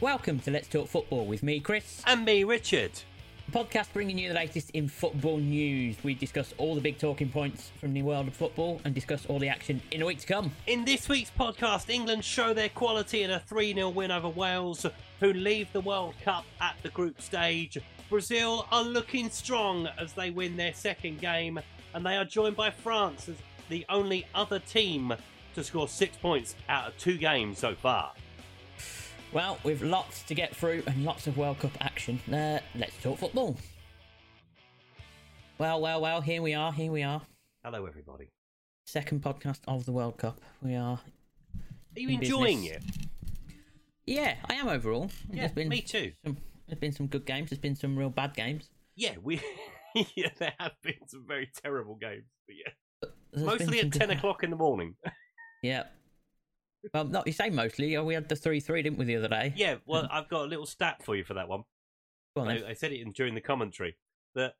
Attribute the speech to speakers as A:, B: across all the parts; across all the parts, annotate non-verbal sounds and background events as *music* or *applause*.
A: Welcome to Let's Talk Football with me, Chris,
B: And me, Richard.
A: a podcast bringing you the latest in football news. We discuss all the big talking points from the world of football and discuss all the action in a week to come.
B: In this week's podcast, England show their quality in a 3 0 win over Wales, who leave the World Cup at the group stage. Brazil are looking strong as they win their second game, and they are joined by France as the only other team to score six points out of two games so far.
A: Well, we've lots to get through and lots of World Cup action. Uh, let's talk football. Well, well, well, here we are, here we are.
B: Hello, everybody.
A: Second podcast of the World Cup. We are.
B: Are you
A: In business.
B: enjoying it?
A: Yeah, I am overall.
B: Yeah, me too.
A: Some, there's been some good games, there's been some real bad games.
B: Yeah, we. *laughs* yeah, there have been some very terrible games. But yeah.
A: There's been
B: Mostly
A: some
B: at
A: good-
B: 10 o'clock in the morning.
A: Yeah. Well, not you say mostly. oh, We had the three three, didn't we, the other day?
B: Yeah, well, I've got a little stat for you for that one.
A: Go on, then.
B: I, I said it in, during the commentary that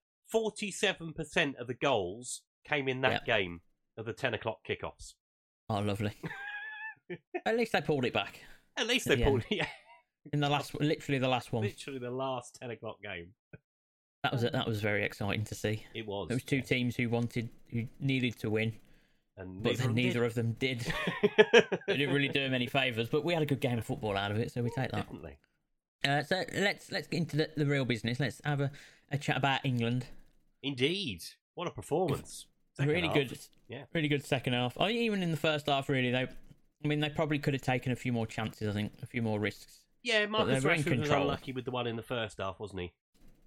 B: 47% of the goals came in that game of the 10 o'clock kickoffs.
A: Oh,
B: *laughs*
A: lovely. At least they pulled it back
B: At least
A: At
B: they
A: the
B: pulled *laughs* yeah,
A: in the last, literally the last one.
B: literally the last 10 o'clock game.
A: That was that was very exciting to see.
B: It was.
A: There was two
B: yeah,
A: teams who wanted, who needed to win,
B: and
A: but then neither
B: of
A: of them
B: *laughs*
A: did.
B: them did.
A: It didn't really do them any favours. But we had a good game of football out of it, so we take that.
B: Didn't they?
A: Uh, so let's let's get into the, the real business. Let's have a, a chat about England.
B: Indeed. What a performance. Second
A: *laughs* really
B: half.
A: good,
B: Yeah.
A: really good second half. I mean, even in the first half, really they. I mean, they probably could have taken a few more chances. I think a few more risks.
B: Yeah, Marcus
A: they were in
B: Rashford was
A: control.
B: unlucky with the one in the first half, wasn't he?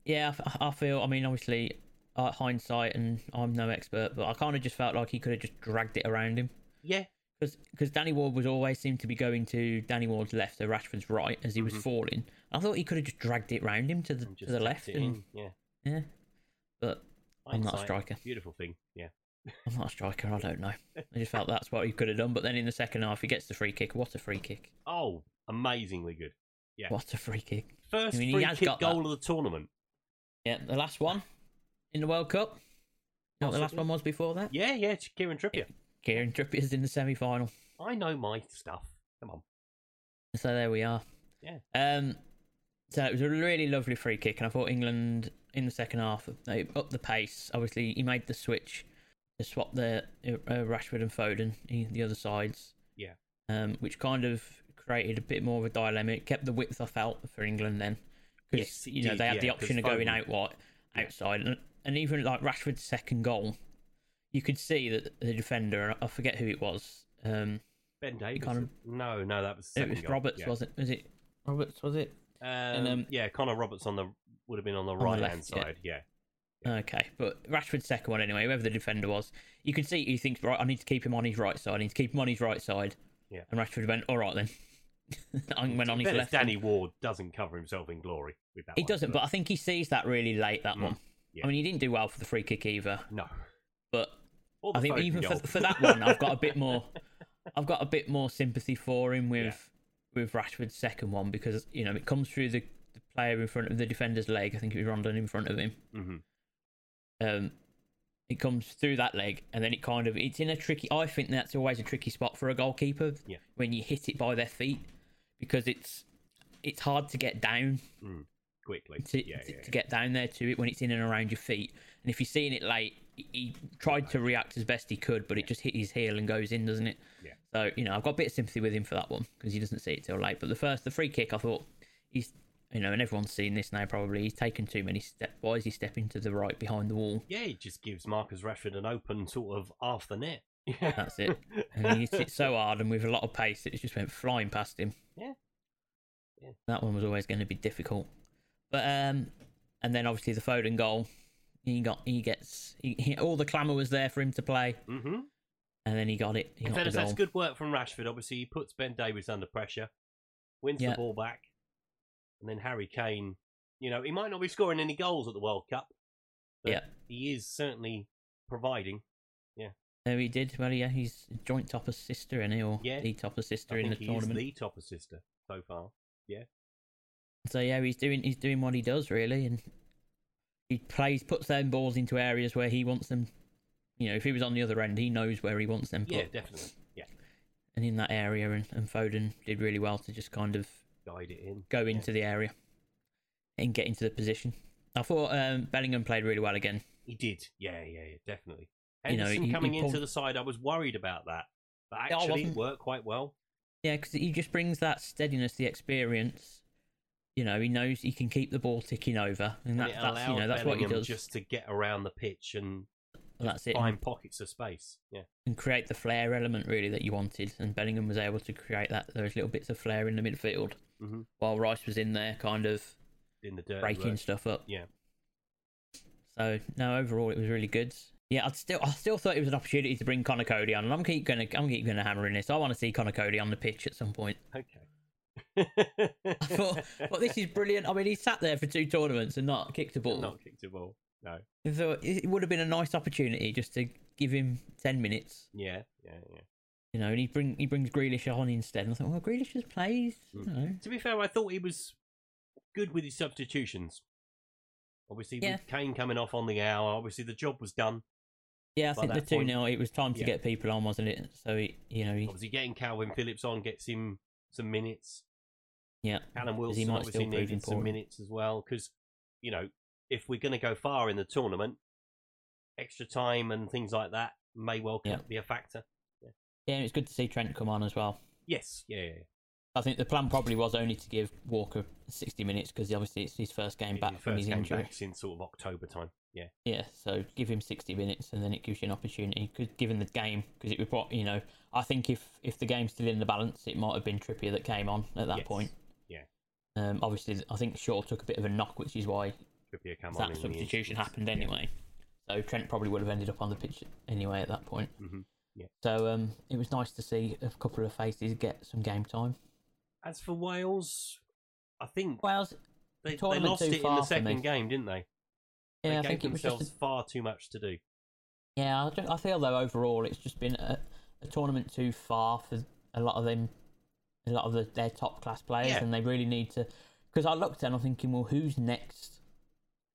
A: Yeah, I f- I, feel. I mean, obviously, uh, hindsight, and I'm no expert, but I kind of just felt like he could have just dragged it around him
B: Yeah.
A: because Danny Ward was always seemed to be going to Danny Ward's left, so Rashford's right as he was falling. I thought he could have just dragged it round him to the
B: Mm-hmm. and
A: to
B: just
A: the
B: tucked
A: left,
B: it
A: and
B: in, Yeah.
A: yeah, but I'm not a
B: Hindsight,
A: striker.
B: Beautiful thing. Yeah.
A: I'm not a striker. I don't know. I just felt that's what he could have done. But then in the second half, he gets the free kick. What a free kick!
B: Oh, amazingly good. Yeah.
A: What a free kick!
B: First
A: I mean, he
B: free
A: has
B: kick
A: got that.
B: goal of the tournament.
A: Yeah, the last one in the World Cup. You know What the last one was before that?
B: Yeah, yeah, it's Kieran Trippier.
A: Kieran Trippier's in the semi-final.
B: I know my stuff. Come on.
A: So there we are.
B: Yeah.
A: Um. So it was a really lovely free kick, and I thought England in the second half they upped the pace. Obviously, he made the switch to swap the uh, Rashford and Foden, he- the other sides.
B: Yeah.
A: Um, which kind of created a bit more of a dilemma. It kept the width I felt for England then, because
B: Yes, it
A: you know
B: did,
A: they had
B: yeah,
A: the
B: 'cause
A: option of going
B: Foden-
A: out wide, outside, and, and even like Rashford's second goal, you could see that the defender, I forget who it was, um, can't
B: Ben Davis.
A: rem-
B: No, no, that was the
A: it
B: second
A: was
B: goal.
A: Roberts,
B: yeah.
A: wasn't? Was it Roberts? Was it?
B: Um,
A: um,
B: yeah, Connor Roberts on the would have been on the
A: the
B: right hand
A: left, yeah.
B: side. Yeah.
A: Okay, but Rashford's second one anyway, whoever the defender was, you could see he thinks, right, I need to keep him on his right side, I need to keep him on his right side.
B: Yeah.
A: And Rashford went, all right then. *laughs* and went on his
B: Bet
A: left.
B: Danny Ward doesn't cover himself in glory with that.
A: he
B: one,
A: doesn't, but I think he sees that really late, that
B: Mm,
A: one.
B: yeah.
A: I mean, he didn't do well for the free kick either,
B: no.
A: but
B: Or
A: I
B: the
A: think
B: Foden
A: even for,
B: goal.
A: for
B: *laughs*
A: that one, I've got a bit more, I've got a bit more sympathy for him with with Rashford's second one because you know it comes through the, the player in front of the defender's leg. I think it was Rondon in front of him.
B: Mhm.
A: um, it comes through that leg, and then it kind of it's in a tricky. I think that's always a tricky spot for a goalkeeper
B: Yeah.
A: when you hit it by their feet because it's it's hard to get down
B: quickly.
A: to,
B: yeah,
A: to,
B: yeah,
A: to get down there to it when it's in and around your feet. And if you're seeing it late, he- he tried to react as best he could, but it just hit his heel and goes in, doesn't it?
B: Yeah.
A: So you know, I've got a bit of sympathy with him for that one because he doesn't see it till late. But the first, the free kick, I thought he's you know, and everyone's seen this now probably. He's taken too many steps. Why is he stepping to the right behind the wall?
B: yeah. It just gives Marcus Rashford an open sort of half the net. Yeah.
A: That's it. and he hit it so hard and with a lot of pace, it just went flying past him.
B: Yeah. Yeah.
A: That one was always going to be difficult. But um, and then obviously the Foden goal, he got he gets he, he, all the clamour was there for him to play,
B: mm-hmm.
A: and then he got it. He
B: And
A: got the
B: fellas, that's
A: goal.
B: good work from Rashford. Obviously, he puts Ben Davies under pressure, wins
A: Yeah.
B: the ball back, and then Harry Kane. You know, he might not be scoring any goals at the World Cup, but
A: Yeah.
B: he is certainly providing.
A: There he did. Well, yeah, he's joint top assister, and he or
B: Yeah.
A: the top assister
B: I
A: in the
B: think he is
A: tournament.
B: the top assister so far.
A: So yeah, he's doing he's doing what he does really, and he plays puts them balls into areas where he wants them. You know, if he was on the other end, he knows where he wants them.
B: Yeah,
A: put.
B: definitely. Yeah,
A: and in that area, and, and Foden did really well to just kind of
B: guide it in.
A: go into the area and get into the position. I thought um, Bellingham played really well again.
B: He did. Yeah, yeah, yeah definitely.
A: You know,
B: Henderson
A: he- he
B: coming into
A: pulled-
B: the side, I was worried about that, but
A: Yeah, I
B: actually it
A: wasn't.
B: worked quite well.
A: Yeah, because he just brings that steadiness, the experience. You know, he knows he can keep the ball ticking over, and,
B: And
A: that,
B: it
A: that's you
B: allowed
A: know that's what he
B: Bellingham
A: does.
B: just to get around the pitch and
A: that's it,
B: find pockets of space. Yeah,
A: and create the flair element really that you wanted. And Bellingham was able to create that. Those little bits of flair in the midfield,
B: Mhm.
A: while Rice was in there, kind of
B: in the dirt.
A: breaking
B: work.
A: stuff up.
B: Yeah.
A: So no, overall it was really good. Yeah, I still I still thought it was an opportunity to bring Connor Cody on, and I'm keep gonna I'm keep gonna hammer in this. I want to see Connor Cody on the pitch at some point. *laughs*
B: Okay. *laughs*
A: I thought, well, this is brilliant. I mean, he sat there for two tournaments and not kicked a ball.
B: Not kicked a ball. No.
A: I thought it it would have been a nice opportunity just to give him ten minutes,
B: Yeah, yeah, yeah.
A: you know. And he bring he brings Grealish on instead. And I thought, well, Grealish just plays. You
B: Mm.
A: know.
B: To be fair, I thought he was good with his substitutions. Obviously,
A: Yeah.
B: with Kane coming off on the hour, obviously the job was done.
A: Yeah, I
B: By
A: think the
B: that point-
A: two 0 It was time to
B: Yeah.
A: get people on, wasn't it? So he, you know, he,
B: Obviously, getting Calvin Phillips on gets him some minutes.
A: yeah,
B: Callum
A: 'cause
B: Wilson obviously needed some
A: important.
B: minutes as well because, you know, if we're going to go far in the tournament, extra time and things like that may well
A: Yeah.
B: be a factor.
A: Yeah, and it's good to see Trent come on as well.
B: Yes, yeah, yeah. yeah.
A: I think the plan probably was only to give Walker 60 minutes because obviously it's his first game
B: It's
A: back
B: his
A: from
B: first
A: his
B: game
A: injury.
B: back since sort of October time. Yeah,
A: Yeah, so give him 60 minutes and then it gives you an opportunity, 'cause- given the game, because it was, prob- you know, I think if, if the game's still in the balance, it might have been Trippier that came on at that
B: Yes.
A: point.
B: Yeah.
A: Um, obviously, I think Shaw took a bit of a knock, which is why
B: Trippier come on.
A: that
B: in the
A: substitution
B: instance.
A: happened
B: Yeah.
A: anyway. So Trent probably would have ended up on the pitch anyway at that point.
B: Mhm, yeah.
A: So um, it was nice to see a couple of faces get some game time.
B: As for Wales, I think
A: Wales,
B: they, they
A: tournament
B: lost
A: too
B: it in
A: far
B: the
A: for me.
B: second game, didn't they?
A: yeah, I
B: they
A: think
B: gave
A: it was just
B: themselves far too much to do.
A: a- yeah. I, don't- I feel though overall it's just been a, a tournament too far for a lot of them, a lot of the, their top class players,
B: Yeah.
A: and they really need to. Because I looked and I'm thinking, well, who's next?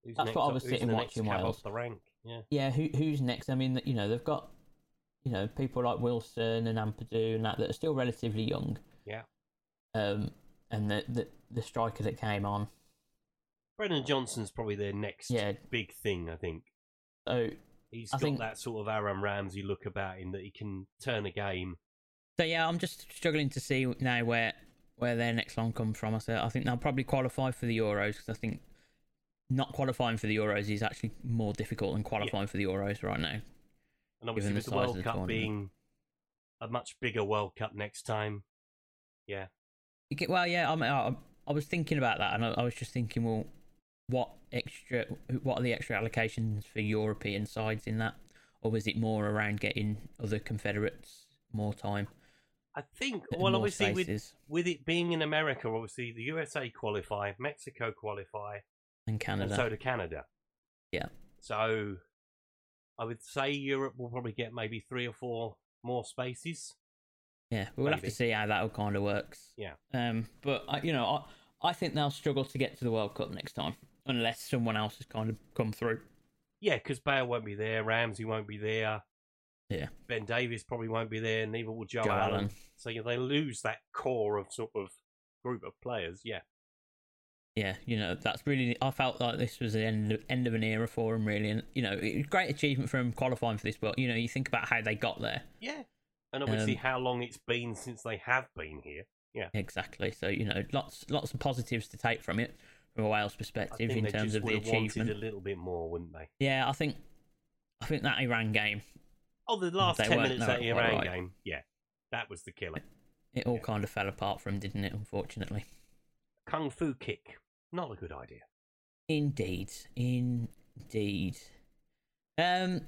B: Who's
A: That's
B: next
A: what I
B: up-
A: was
B: who's
A: sitting
B: the next
A: watching
B: cab
A: Wales.
B: off the rank. Yeah,
A: Yeah, who who's next? I mean, you know, they've got you know people like Wilson and Ampadu and that that are still relatively young.
B: Yeah.
A: Um, and the the, the striker that came on.
B: Brendan Johnson's probably their next
A: Yeah.
B: big thing. I think
A: So
B: he's
A: I
B: got
A: think-
B: that sort of Aaron Ramsey look about him that he can turn a game.
A: So yeah, I'm just struggling to see now where where their next long come from. I said I think they'll probably qualify for the Euros because I think not qualifying for the Euros is actually more difficult than qualifying for the Euros right now.
B: And obviously,
A: Given the
B: with the,
A: size of
B: World
A: the
B: Cup
A: tournament.
B: being a much bigger World Cup next time, yeah,
A: You get- Well, yeah, I, mean, I I was thinking about that, and I, I was just thinking, well, what extra, what are the extra allocations for European sides in that, or was it more around getting other Confederates more time?
B: I think. Well,
A: more
B: obviously, with,
A: spaces
B: with it being in America, obviously the USA qualify, Mexico qualify,
A: and Canada,
B: and so do Canada.
A: Yeah.
B: So I would say Europe will probably get maybe three or four more spaces.
A: Yeah, we'll have
B: Maybe.
A: to see how that all kind of works.
B: Yeah.
A: Um, but I, you know, I, I think they'll struggle to get to the World Cup next time unless someone else has kind of come through.
B: Yeah, because Bale won't be there, Ramsey won't be there.
A: Yeah.
B: Ben Davis probably won't be there, neither will Joe,
A: Joe
B: Allen.
A: Allen.
B: So yeah, they lose that core of sort of group of players. Yeah.
A: Yeah, you know, that's really. I felt like this was the end of, end of an era for him, really, and you know, it was a great achievement for him qualifying for this. But you know, you think about how they got there
B: Yeah. And obviously
A: Um,
B: how long it's been since they have been here.
A: exactly. So you know, lots lots of positives to take from it from a Wales
B: I
A: perspective
B: think
A: in
B: they
A: terms
B: just
A: of
B: would
A: the
B: have wanted
A: achievement.
B: a little bit more, wouldn't they?
A: Yeah, I think, I think that Iran game,
B: Oh, the last
A: They
B: ten
A: weren't-
B: minutes
A: no,
B: of the
A: quite
B: Iran
A: right.
B: game. Yeah. That was the killer.
A: it all
B: Yeah.
A: kind of fell apart for him, didn't it? Unfortunately.
B: Kung Fu kick. Not a good idea.
A: Indeed, indeed. Um,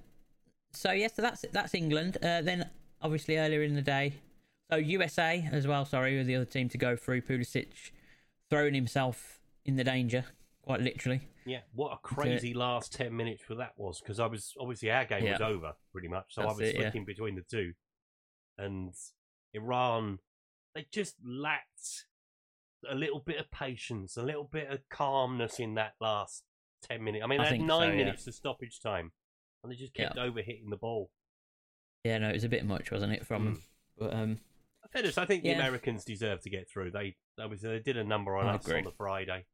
A: so yes, so that's that's England. Uh, then obviously earlier in the day, so USA as well. Sorry, were the other team to go through. Pulisic throwing himself in the danger, quite literally.
B: Yeah, what a crazy last 10 minutes for that was because I was obviously our game was
A: Yeah.
B: over pretty much, so I
A: That's
B: was
A: it, yeah.
B: flicking between the two. And Iran, they just lacked a little bit of patience, a little bit of calmness in that last 10 minutes. I mean,
A: I
B: they had
A: think
B: nine
A: so, yeah.
B: minutes of stoppage time and they just kept overhitting the ball.
A: Yeah, no, it was a bit much, wasn't it, from him? But um,
B: Fairness, I think the
A: Yeah.
B: Americans deserve to get through. They obviously they did a number on
A: I
B: us
A: agree.
B: on the Friday.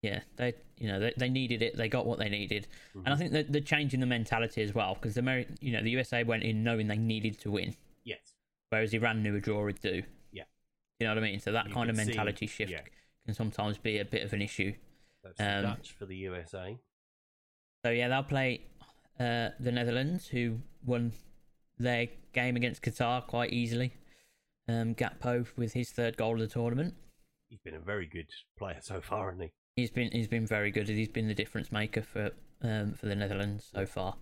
A: Yeah, they you know they, they needed it. They got what they needed, and I
B: Mhm.
A: think that they're changing the mentality as well because the Ameri- you know the USA went in knowing they needed to win,
B: Yes,
A: whereas Iran knew a draw would do.
B: Yeah.
A: you know what I mean. So that
B: You
A: kind of
B: could see-
A: mentality shift
B: yeah.
A: can sometimes be a bit of an issue.
B: that's
A: Um,
B: Dutch for the USA.
A: So yeah, they'll play uh, the Netherlands, who won their game against Qatar quite easily. Um, Gakpo with his third goal of the tournament.
B: He's been a very good player so far, hasn't he?
A: He's been he's been very good. He's been the difference maker for um, for the Netherlands so far,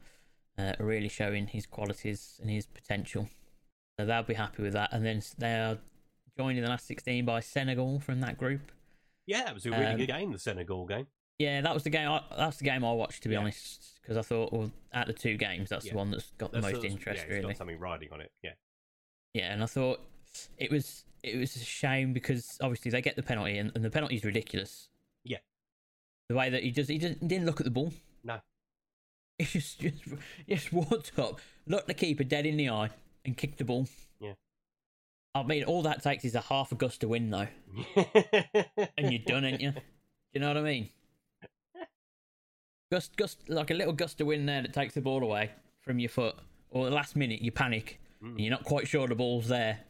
A: uh, really showing his qualities and his potential. So they'll be happy with that. And then s- they are joined in the last sixteen by Senegal from that group.
B: Yeah, it was a really
A: Um,
B: good game, the Senegal game.
A: Yeah, that was the game. I, that's the game I watched to be
B: Yeah.
A: honest, because I thought, well, out of the two games, that's
B: Yeah.
A: the one that's got
B: That's
A: the most
B: sort of-
A: interest.
B: yeah, it's
A: really,
B: got something riding on it. Yeah,
A: Yeah, and I thought it was it was a shame because obviously they get the penalty and, and the penalty's ridiculous.
B: Yeah.
A: The way that he just he didn't, he didn't look at the ball.
B: No.
A: *laughs* He just just just walked up, looked the keeper dead in the eye, and kicked the ball.
B: Yeah.
A: I mean, all that takes is a half a gust to win though,
B: *laughs*
A: and you're done, ain't you? Do you know what I mean? Gust, gust, like a little gust to win there that takes the ball away from your foot, or the last minute you panic
B: Mm.
A: and you're not quite sure the ball's there.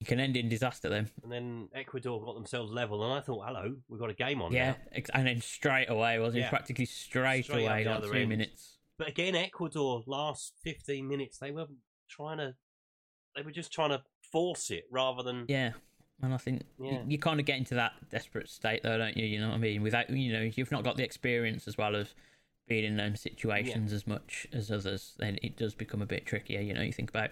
A: It can end in disaster then.
B: And then Ecuador got themselves level, and I thought, hello, we've got a game on
A: yeah,
B: now.
A: ex- and then straight away, wasn't it?
B: Oh, Yeah.
A: Practically straight,
B: Straight up
A: away,
B: the
A: like
B: other
A: two
B: end.
A: minutes.
B: But again, Ecuador, last 15 minutes, they were trying to, they were just trying to force it rather than,
A: Yeah, and I think y-
B: Yeah.
A: you kind of get into that desperate state though, don't you? You know what I mean? Without you know, if you've not got the experience as well of being in those situations as much as others, then it does become a bit trickier. You know, you think about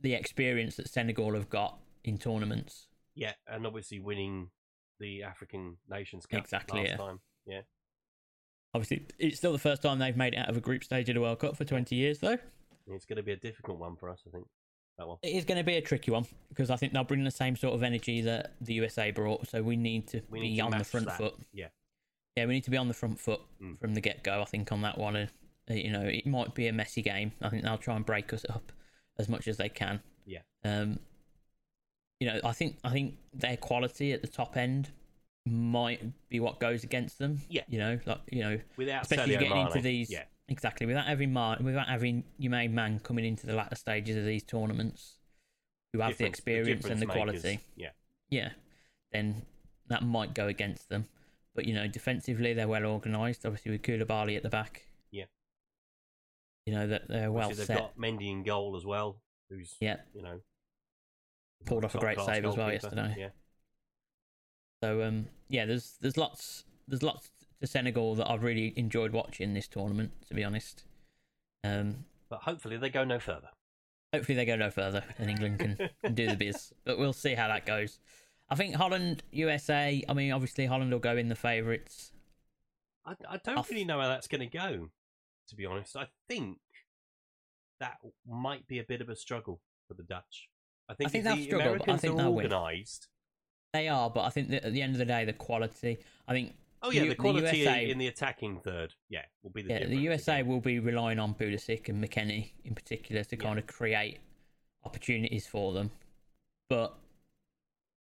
A: the experience that Senegal have got in tournaments.
B: yeah, and obviously winning the African Nations Cup
A: Exactly,
B: last
A: yeah.
B: time. Yeah.
A: Obviously, it's still the first time they've made it out of a group stage of the World Cup for 20 years, though.
B: And It's going to be a difficult one for us, I think. That one.
A: It is going to be a tricky one because I think they'll bring the same sort of energy that the USA brought. So we need to
B: We
A: be
B: need to
A: on the
B: match
A: front
B: that.
A: foot.
B: Yeah.
A: Yeah, we need to be on the front foot
B: Mm.
A: from the get go. I think on that one, and uh, you know, it might be a messy game. I think they'll try and break us up as much as they can.
B: Yeah.
A: Um, you know, I think I think their quality at the top end might be what goes against them.
B: Yeah.
A: You know, like you know,
B: Without
A: especially
B: Sadio
A: getting
B: Mane,
A: into these
B: Yeah.
A: exactly without having Martin, without having your main man coming into the latter stages of these tournaments who have the
B: difference-
A: experience and the
B: difference makers.
A: quality
B: Yeah.
A: yeah then that might go against them but you know defensively they're well organized obviously with Koulibaly at the back
B: Yeah.
A: you know that they're well
B: Obviously, they've
A: set
B: got Mendy in goal as well, who's,
A: yeah
B: you know,
A: pulled off a
B: top
A: great
B: class
A: save as well
B: goalkeeper.
A: yesterday
B: Yeah.
A: so um yeah there's there's lots there's lots to Senegal that I've really enjoyed watching this tournament to be honest um
B: But hopefully they go no further.
A: Hopefully they go no further and England can,
B: *laughs*
A: can do the biz. But we'll see how that goes. I think Holland, USA, I mean, obviously Holland will go in the favourites.
B: I, I don't
A: Off.
B: really know how that's going to go, to be honest. I think that might be a bit of a struggle for the Dutch. I think,
A: I think
B: if
A: they'll
B: the
A: struggle, but I
B: Americans
A: think
B: are
A: they'll win.
B: organised.
A: They are, but I think that at the end of the day, the quality, I think
B: Oh yeah,
A: You-
B: the
A: the
B: quality
A: USA
B: in the attacking third, yeah, will be the
A: yeah, the
B: difference
A: USA
B: again.
A: will be relying on Pulisic and McKenny in particular to
B: Yeah.
A: kind of create opportunities for them. But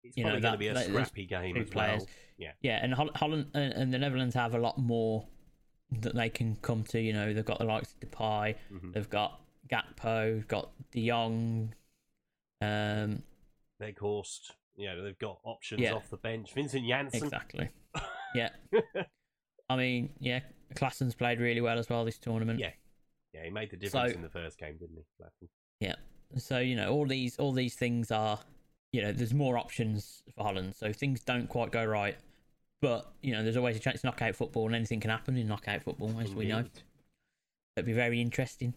B: It's
A: you know,
B: probably going
A: that-
B: to be a
A: like, there's
B: scrappy game
A: two
B: as
A: players.
B: well. Yeah,
A: yeah, and Hol- Holland and, and the Netherlands have a lot more that they can come to. You know, they've got the likes of Depay,
B: Mhm.
A: they've got Gakpo, got De Jong, um,
B: they're coursed. You know, they've got options
A: Yeah.
B: off the bench. Vincent Janssen,
A: Exactly. Yeah. *laughs* I mean, yeah, Klassen's played really well as well this tournament.
B: Yeah. yeah, he made the difference
A: So-
B: in the first game, didn't he? Clapton?
A: So you know, all these all these things are, you know, there's more options for Holland. So if things don't quite go right, but you know, there's always a chance it's knockout football, and anything can happen in knockout football, as we know.
B: Indeed.
A: That'd be very interesting.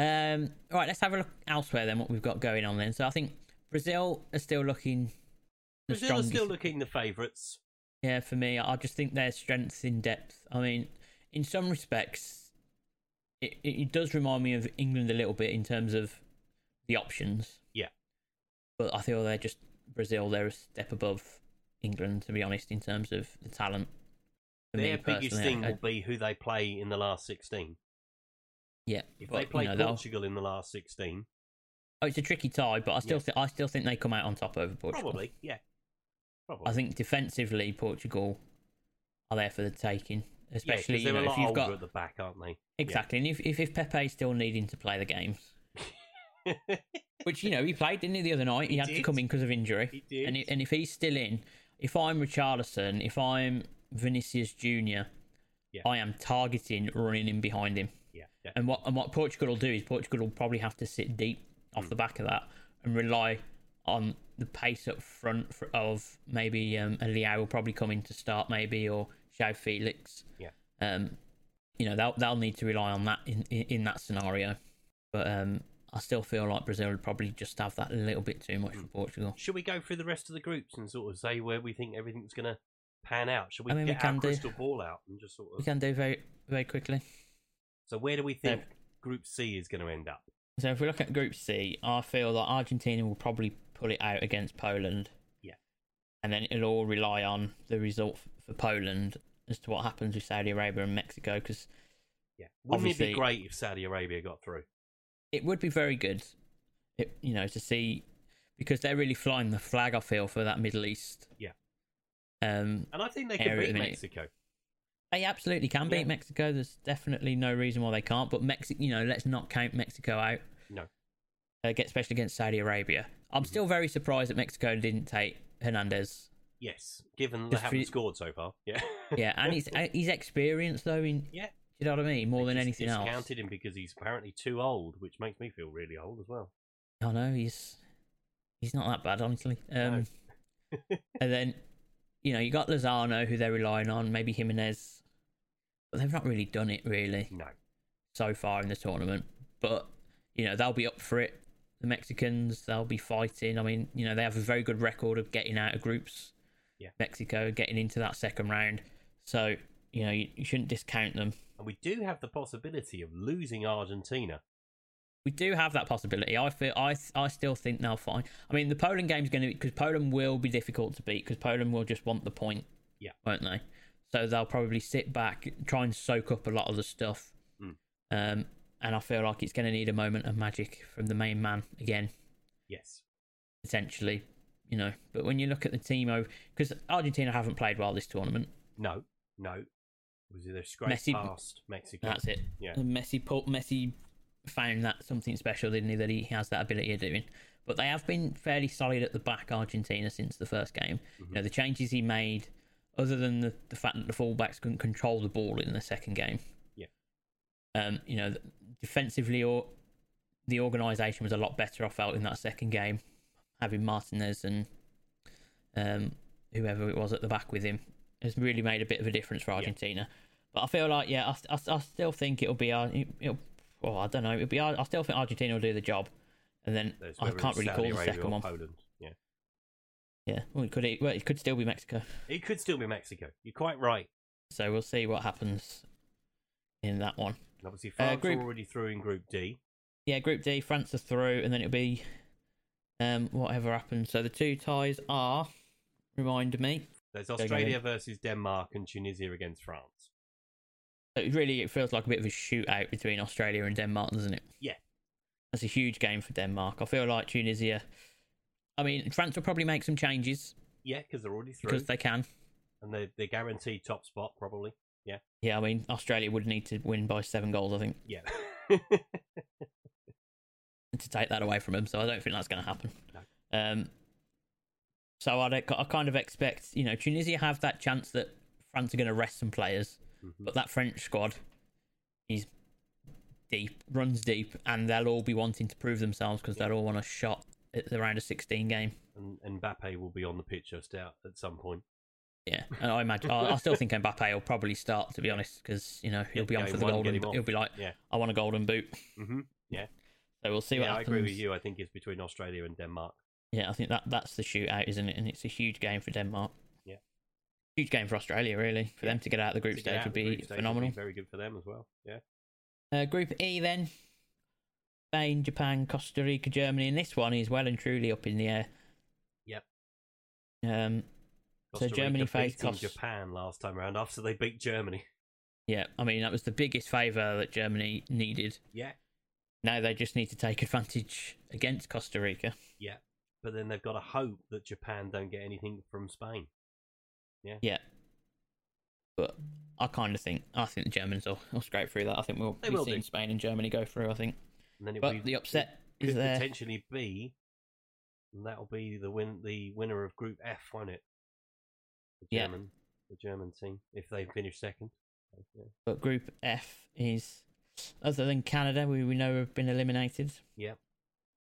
A: Um, all right, let's have a look elsewhere then. What we've got going on then. So I think Brazil are still looking. The
B: Brazil are still
A: strongest-
B: looking the favourites.
A: Yeah, for me, I just think their strengths in depth. I mean, in some respects, it, it it does remind me of England a little bit in terms of the options.
B: Yeah.
A: But I feel they're just Brazil. They're a step above England, to be honest, in terms of the talent. For
B: Their
A: me
B: biggest
A: personally,
B: thing
A: I- I-
B: will be who they play in the last sixteen.
A: yeah.
B: If
A: but,
B: they
A: you
B: play
A: know, they'll-
B: Portugal in the last 16,
A: Oh, it's a tricky tie, but I still
B: Yeah.
A: thi- I still think they come out on top over Portugal.
B: Probably, yeah. Probably.
A: I think defensively Portugal are there for the taking,
B: Yeah, 'cause
A: especially
B: they're
A: you know,
B: a lot
A: if you've
B: older
A: got
B: at the back, aren't they?
A: exactly, and if if, if Pepe's still needing to play the
B: *laughs*
A: games, which you know he played didn't he the other night? He,
B: He
A: had to
B: did.
A: come in because of injury,
B: He did.
A: and i- and if he's still in, if I'm Richarlison, if I'm Vinicius Junior,
B: Yeah.
A: I am targeting running in behind him.
B: yeah, yeah.
A: And what and what Portugal will do is Portugal will probably have to sit deep off the back of that and rely on the pace up front for, of maybe um, Leao will probably come in to start maybe or João Felix.
B: Yeah.
A: Um, you know they'll they'll need to rely on that in in, in that scenario. But um, I still feel like Brazil would probably just have that little bit too much for Portugal.
B: Should we go through the rest of the groups and sort of say where we think everything's going to pan out? Should we
A: I mean, we
B: get our
A: can do-
B: crystal ball out and just sort
A: We
B: of?
A: can Um, do very very quickly.
B: So where do we think Group C is going to end up?
A: So if we look at Group C, I feel that Argentina will probably pull it out against Poland.
B: Yeah.
A: And then it'll all rely on the result f- for Poland as to what happens with Saudi Arabia and Mexico, because
B: Yeah, wouldn't it
A: Obviously-
B: be great if Saudi Arabia got through?
A: it would be very good, it, you know, to see because they're really flying the flag. I feel for that Middle East.
B: Yeah.
A: Um,
B: And I think they could
A: Area
B: beat
A: of it.
B: Mexico.
A: they absolutely can beat
B: Yeah.
A: Mexico. There's definitely no reason why they can't. But Mexico, you know, let's not count Mexico out.
B: No. Mm-hmm.
A: uh, get- especially against Saudi Arabia. I'm still very surprised that Mexico didn't take
B: *laughs*
A: Hernandez.
B: Yes, given they
A: Just for
B: haven't
A: you-
B: scored so far. Yeah.
A: Yeah, and he's uh, he's experienced though. In
B: *laughs* Yeah.
A: do you know what I mean? More
B: They
A: than
B: just
A: anything else.
B: Discounted him because he's apparently too old, which makes me feel really old as well.
A: I know he's he's not that bad, honestly.
B: *laughs*
A: Um, and then you know you got Lozano, who they're relying on, maybe Jimenez, but they've not really done it really
B: No.
A: so far in the tournament. But you know they'll be up for it. The Mexicans, they'll be fighting. I mean, you know they have a very good record of getting out of groups.
B: Yeah.
A: Mexico getting into that second round, so you know you, you shouldn't discount them.
B: And we do have the possibility of losing Argentina.
A: we do have that possibility. I feel I I still think they'll find. I mean, the Poland game's going to because Poland will be difficult to beat because Poland will just want the point.
B: Yeah.
A: won't they? So they'll probably sit back, try and soak up a lot of the stuff.
B: Mm.
A: Um, and I feel like it's going to need a moment of magic from the main man again,
B: Yes.
A: potentially. You know, but when you look at the team over, because Argentina haven't played well this tournament.
B: No. No. Was it a scrape
A: Messi-
B: past Mexico?
A: That's it.
B: Yeah.
A: And Messi, pu- Messi found that something special, didn't he? That he has that ability of doing. But they have been fairly solid at the back, Argentina, since the first game. You
B: Mm-hmm.
A: know, the changes he made, other than the, the fact that the fullbacks couldn't control the ball in the second game.
B: Yeah.
A: Um, you know, defensively, or the organisation was a lot better. I felt in that second game, having Martinez and um, whoever it was at the back with him has really made a bit of a difference for Argentina. But I feel like yeah, I, I, I still think it'll be Ar- it'll, well, I don't know. It'll be Ar- I still think Argentina will do the job, and then
B: There's
A: I
B: whether it's
A: can't really
B: Saudi
A: call the
B: Arabia
A: second
B: or
A: one.
B: Poland. Yeah.
A: Yeah, well, it could it, well, it could still be Mexico.
B: It could still be Mexico. You're quite right.
A: So we'll see what happens in that one.
B: And obviously, France are
A: Uh, group-
B: already through in Group D.
A: Yeah, Group D, France are through, and then it'll be um whatever happens. So the two ties are, remind me.
B: There's
A: go
B: Australia
A: in.
B: versus Denmark and Tunisia against France.
A: It really it feels like a bit of a shootout between Australia and Denmark, doesn't it?
B: Yeah.
A: That's a huge game for Denmark. I feel like Tunisia. I mean, France will probably make some changes
B: Yeah, because they're already through.
A: because they can.
B: And they're, they're guaranteed top spot, probably.
A: Yeah, I mean, Australia would need to win by seven goals, I think,
B: Yeah. *laughs* Mm-hmm.
A: to take that away from them. So I don't think that's going to happen.
B: No.
A: Um, so I'd, I kind of expect, you know, Tunisia have that chance that France are going to rest some players, but that French squad is deep, runs deep, and they'll all be wanting to prove themselves because they'll all want a shot at the round of 16 game.
B: and, and Mbappe will be on the pitch just out at some point.
A: Yeah, *laughs* and I imagine I, I still think Mbappe will probably start to be honest because you know he'll be on
B: Game
A: for the
B: one, get
A: golden.
B: him off.
A: He'll be like,
B: Yeah.
A: I want a golden boot.
B: Mm-hmm.
A: So we'll see what
B: Yeah, I
A: happens.
B: agree with you. I think it's between Australia and Denmark.
A: Yeah, I think that that's the shootout, isn't it? And it's a huge game for Denmark.
B: Yeah.
A: Huge game for Australia, really. For them to get out of the group
B: To get out
A: stage would
B: of the
A: be
B: group stage
A: phenomenal.
B: very good for them as well. Yeah.
A: Uh, group E then. Spain, Japan, Costa Rica, Germany, and this one is well and truly up in the air.
B: Yep.
A: Um. So Germany faced
B: beating
A: Cos-
B: Japan last time around after they beat Germany.
A: Yeah. I mean, that was the biggest favour that Germany needed.
B: Yeah.
A: Now they just need to take advantage against Costa Rica.
B: But then they've got to hope that Japan don't get anything from Spain.
A: Yeah. But I kind of think I think the Germans will, will scrape through that. I think we'll
B: They
A: we've
B: will
A: seen
B: do.
A: Spain and Germany go through. I think,
B: And then it
A: but the upset is
B: could
A: there.
B: potentially be, and that'll be the win, the winner of Group F, won't it? The
A: Yeah.
B: German, the German team, if they finish second. Yeah.
A: But Group F is other than Canada, we, we know have been eliminated.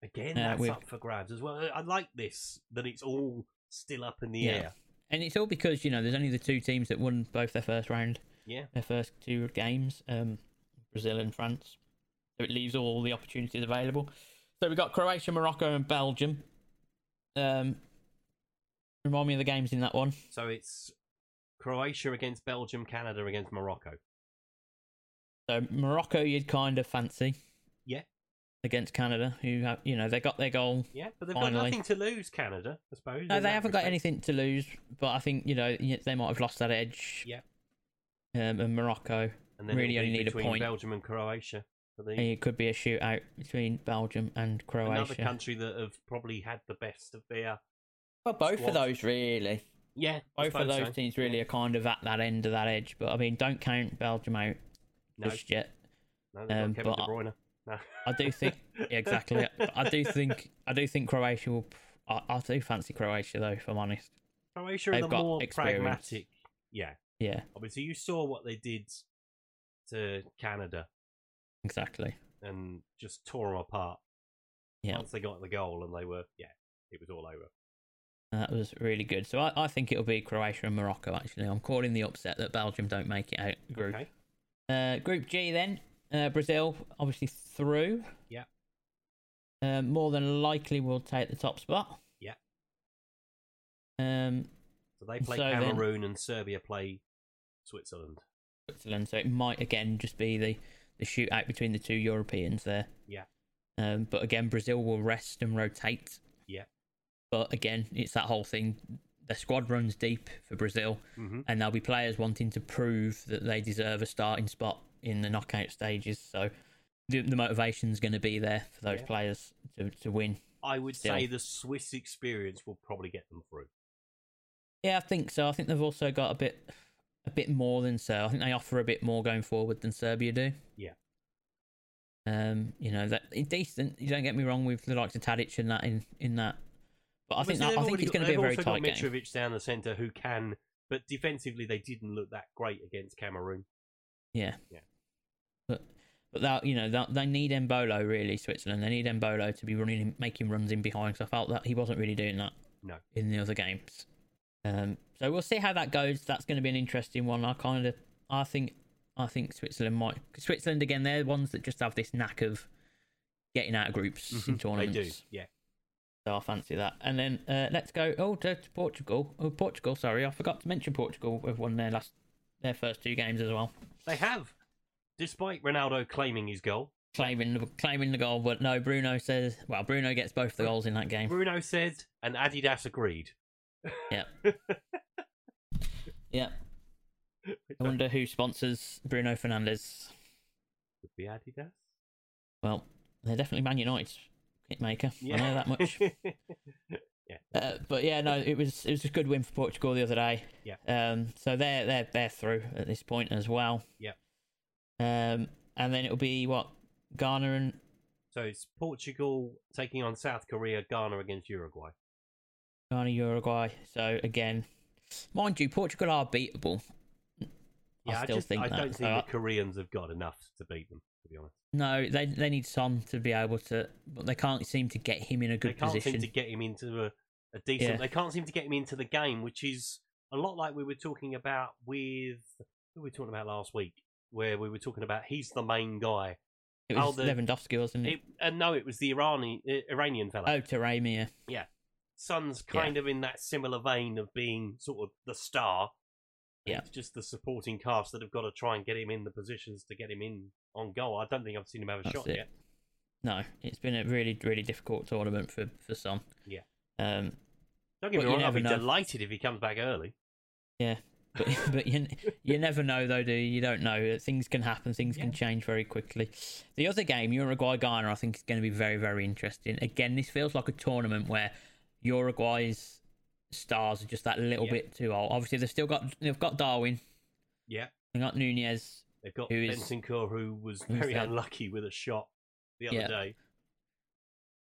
B: Again,
A: Uh,
B: that's
A: we've-
B: up for grabs as well. I like this that it's all still up in the
A: Yeah.
B: air.
A: And it's all because, you know, there's only the two teams that won both their first round,
B: Yeah,
A: their first two games, um, Brazil and France. So it leaves all the opportunities available. So we've got Croatia, Morocco, and Belgium. Um, remind me of the games in that one.
B: so it's Croatia against Belgium, Canada against Morocco.
A: So Morocco, you'd kind of fancy.
B: Yeah.
A: Against Canada, who have, you know, they got their goal.
B: Yeah, but they've got
A: Finally.
B: nothing to lose, Canada, I suppose.
A: No,
B: in
A: they
B: that
A: haven't got
B: respect.
A: anything to lose, but I think, you know, y- they might have lost that edge.
B: Yeah.
A: Um, and Morocco,
B: And then
A: really
B: it'll be
A: only need a
B: between
A: point.
B: Belgium and Croatia. For the,
A: it could be a shootout between Belgium and
B: another
A: Croatia.
B: country that have probably had the best of their.
A: Well, both
B: squad.
A: of those really.
B: Yeah, I
A: Both of
B: suppose
A: those
B: so.
A: teams really are kind of at that end of that edge. But I mean, don't count Belgium out
B: No,
A: just yet.
B: no they've got
A: um,
B: Kevin
A: but
B: De
A: I-
B: Bruyne. No.
A: I do think *laughs* yeah, exactly.
B: *laughs*
A: But I do think I do think Croatia will. I, I do fancy Croatia though, if I'm honest.
B: Croatia are
A: They've
B: the
A: got
B: more
A: experience.
B: pragmatic. Yeah,
A: Yeah,
B: obviously you saw what they did to Canada
A: exactly.
B: and just tore them apart.
A: Yeah.
B: Once they got the goal and they were, yeah, it was all over.
A: That was really good. So I, I think it'll be Croatia and Morocco. Actually, I'm calling the upset that Belgium don't make it out the group.
B: Okay.
A: Uh, group G then. Uh, Brazil obviously through.
B: Yeah.
A: Uh, more than likely will take the top spot.
B: Yeah.
A: Um,
B: So they play
A: So then-
B: Cameroon and Serbia play Switzerland.
A: Switzerland. So it might again just be the the shootout between the two Europeans there.
B: Yeah.
A: Um, but again, Brazil will rest and rotate.
B: Yeah.
A: But again, it's that whole thing. The squad runs deep for Brazil,
B: Mm-hmm.
A: and there'll be players wanting to prove that they deserve a starting spot in the knockout stages. So the, the motivation's going to be there for those
B: Yeah.
A: players to, to win.
B: I would
A: Still.
B: say the Swiss experience will probably get them through.
A: Yeah, I think so. I think they've also got a bit a bit more than Serbia. I think they offer a bit more going forward than Serbia do.
B: Yeah.
A: Um, you know that it's decent. You don't get me wrong with the likes of Tadic and that in in that, but I think
B: Obviously,
A: that,
B: they've
A: I think
B: already
A: it's
B: got-
A: going to be a
B: they've
A: very
B: also
A: tight
B: got
A: game.
B: Mitrovic down the centre who can, but defensively they didn't look that great against Cameroon.
A: Yeah.
B: Yeah.
A: But but that you know that they need Embolo really Switzerland. They need Embolo to be running in- making runs in behind. Because I felt that he wasn't really doing that.
B: No.
A: In the other games. Um. So we'll see how that goes. That's going to be an interesting one. I kind of I think I think Switzerland might 'cause Switzerland again. They're ones that just have this knack of getting out of groups in
B: Mm-hmm. They
A: tournaments.
B: do, yeah.
A: So I fancy that. And then uh, let's go. Oh, to, to Portugal. Oh, Portugal. Sorry, I forgot to mention Portugal. have won their last their first two games as well.
B: They have, despite Ronaldo claiming his goal.
A: claiming the claiming the goal, but no, Bruno says. Well, Bruno gets both the goals in that game.
B: Bruno said, and Adidas agreed.
A: Yeah. I wonder who sponsors Bruno Fernandes.
B: Could be Adidas.
A: Well, they're definitely Man United hitmaker. I know that much. Uh, but yeah, no, it was it was a good win for Portugal the other day.
B: Yeah.
A: Um. So they're they're they're through at this point as well.
B: Yeah.
A: Um. And then it'll be what Ghana and
B: *laughs* so it's Portugal taking on South Korea, Ghana against Uruguay.
A: Ghana Uruguay. So again, mind you, Portugal are beatable.
B: Yeah, I,
A: still
B: just
A: think
B: I
A: that.
B: don't
A: So
B: think
A: I-
B: the Koreans have got enough to beat them. To be honest,
A: No, they they need Son to be able to, but they can't seem to get him in a
B: they
A: good
B: can't
A: position.
B: seem to get him into a, a decent.
A: Yeah.
B: They can't seem to get him into the game, which is a lot like we were talking about with who we were talking about last week, where we were talking about he's the main guy.
A: It was
B: Oh, the-
A: Lewandowski, wasn't it?
B: It, and no, it was the Irani, uh, Iranian fellow.
A: Mm. Oh, Taremi, yeah.
B: Son's
A: Yeah.
B: kind of in that similar vein of being sort of the star.
A: Yeah.
B: It's just the supporting cast that have got to try and get him in the positions to get him in on goal. I don't think I've seen him have a
A: That's
B: shot
A: it.
B: yet.
A: No, it's been a really, really difficult tournament for for Son.
B: Yeah.
A: Um.
B: Don't
A: But
B: get me
A: you
B: wrong, I'll
A: never
B: be
A: know.
B: delighted if he comes back early.
A: But, *laughs* but you, you never know, though, do you? You don't know. Things can happen, things can change very quickly. The other game, Uruguay Ghana, I think is going to be very, very interesting. Again, this feels like a tournament where Uruguay's stars are just that little
B: Yeah.
A: bit too old. Obviously, they've still got they've got Darwin,
B: Yeah,
A: they've got Nunez,
B: they've got
A: Who is-
B: Bentancur, who was
A: who's
B: very
A: that?
B: unlucky with a shot the other
A: Yeah.
B: day.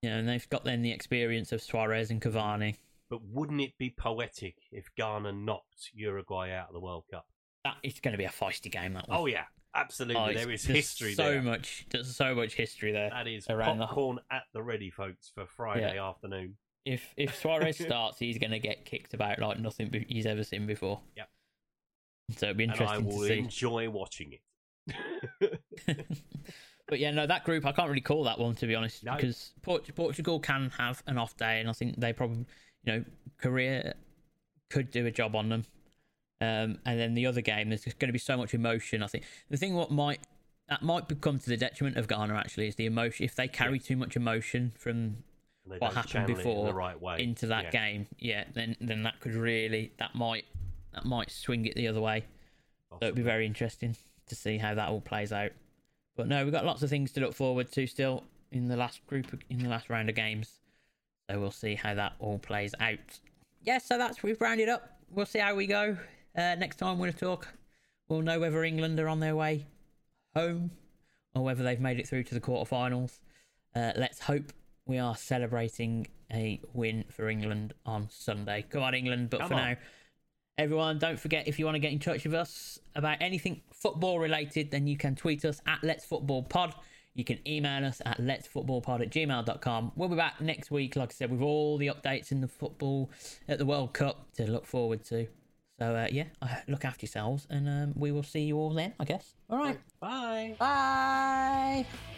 A: you know, and they've got then the experience of Suarez and Cavani.
B: But wouldn't it be poetic if Ghana knocked Uruguay out of the World Cup?
A: That it's going to be a feisty game. That one.
B: Oh yeah, absolutely.
A: Oh, it's-
B: there is
A: there's
B: history
A: So
B: there.
A: much. There's so much history there.
B: That is
A: around the-
B: popcorn at the ready, folks, for Friday afternoon.
A: If if Suarez
B: *laughs*
A: starts, he's going to get kicked about like nothing be- he's ever seen before.
B: Yep.
A: So it'd be
B: And I
A: interesting to
B: will
A: see.
B: enjoy watching it.
A: But yeah, no, that group I can't really call that one to be honest
B: No.
A: because Port- Portugal can have an off day, and I think they probably, you know, Korea could do a job on them. Um, and then the other game, there's going to be so much emotion. I think the thing what might that might become to the detriment of Ghana actually is the emotion. If they carry too much emotion from
B: And they
A: what
B: don't
A: happened
B: channel it in
A: before
B: the right way
A: into that
B: Yeah.
A: game, yeah, then then that could really that might that might swing it the other way. So it'll be very interesting to see how that all plays out. But no, we've got lots of things to look forward to still in the last group in the last round of games. So we'll see how that all plays out. Yeah, so that's we've rounded up. We'll see how we go. Uh, next time we'll talk, we'll know whether England are on their way home or whether they've made it through to the quarterfinals. Uh, let's hope we are celebrating a win for England on Sunday. Come on, England! But
B: Come
A: for
B: on.
A: now, everyone, don't forget if you want to get in touch with us about anything football related, then you can tweet us at Let's Football Pod. You can email us at letsfootballpod at gmail.com. We'll be back next week, like I said, with all the updates in the football at the World Cup to look forward to. So, uh, yeah, uh, look after yourselves, and um, we will see you all then, I guess. All right.
B: Bye.
A: Bye.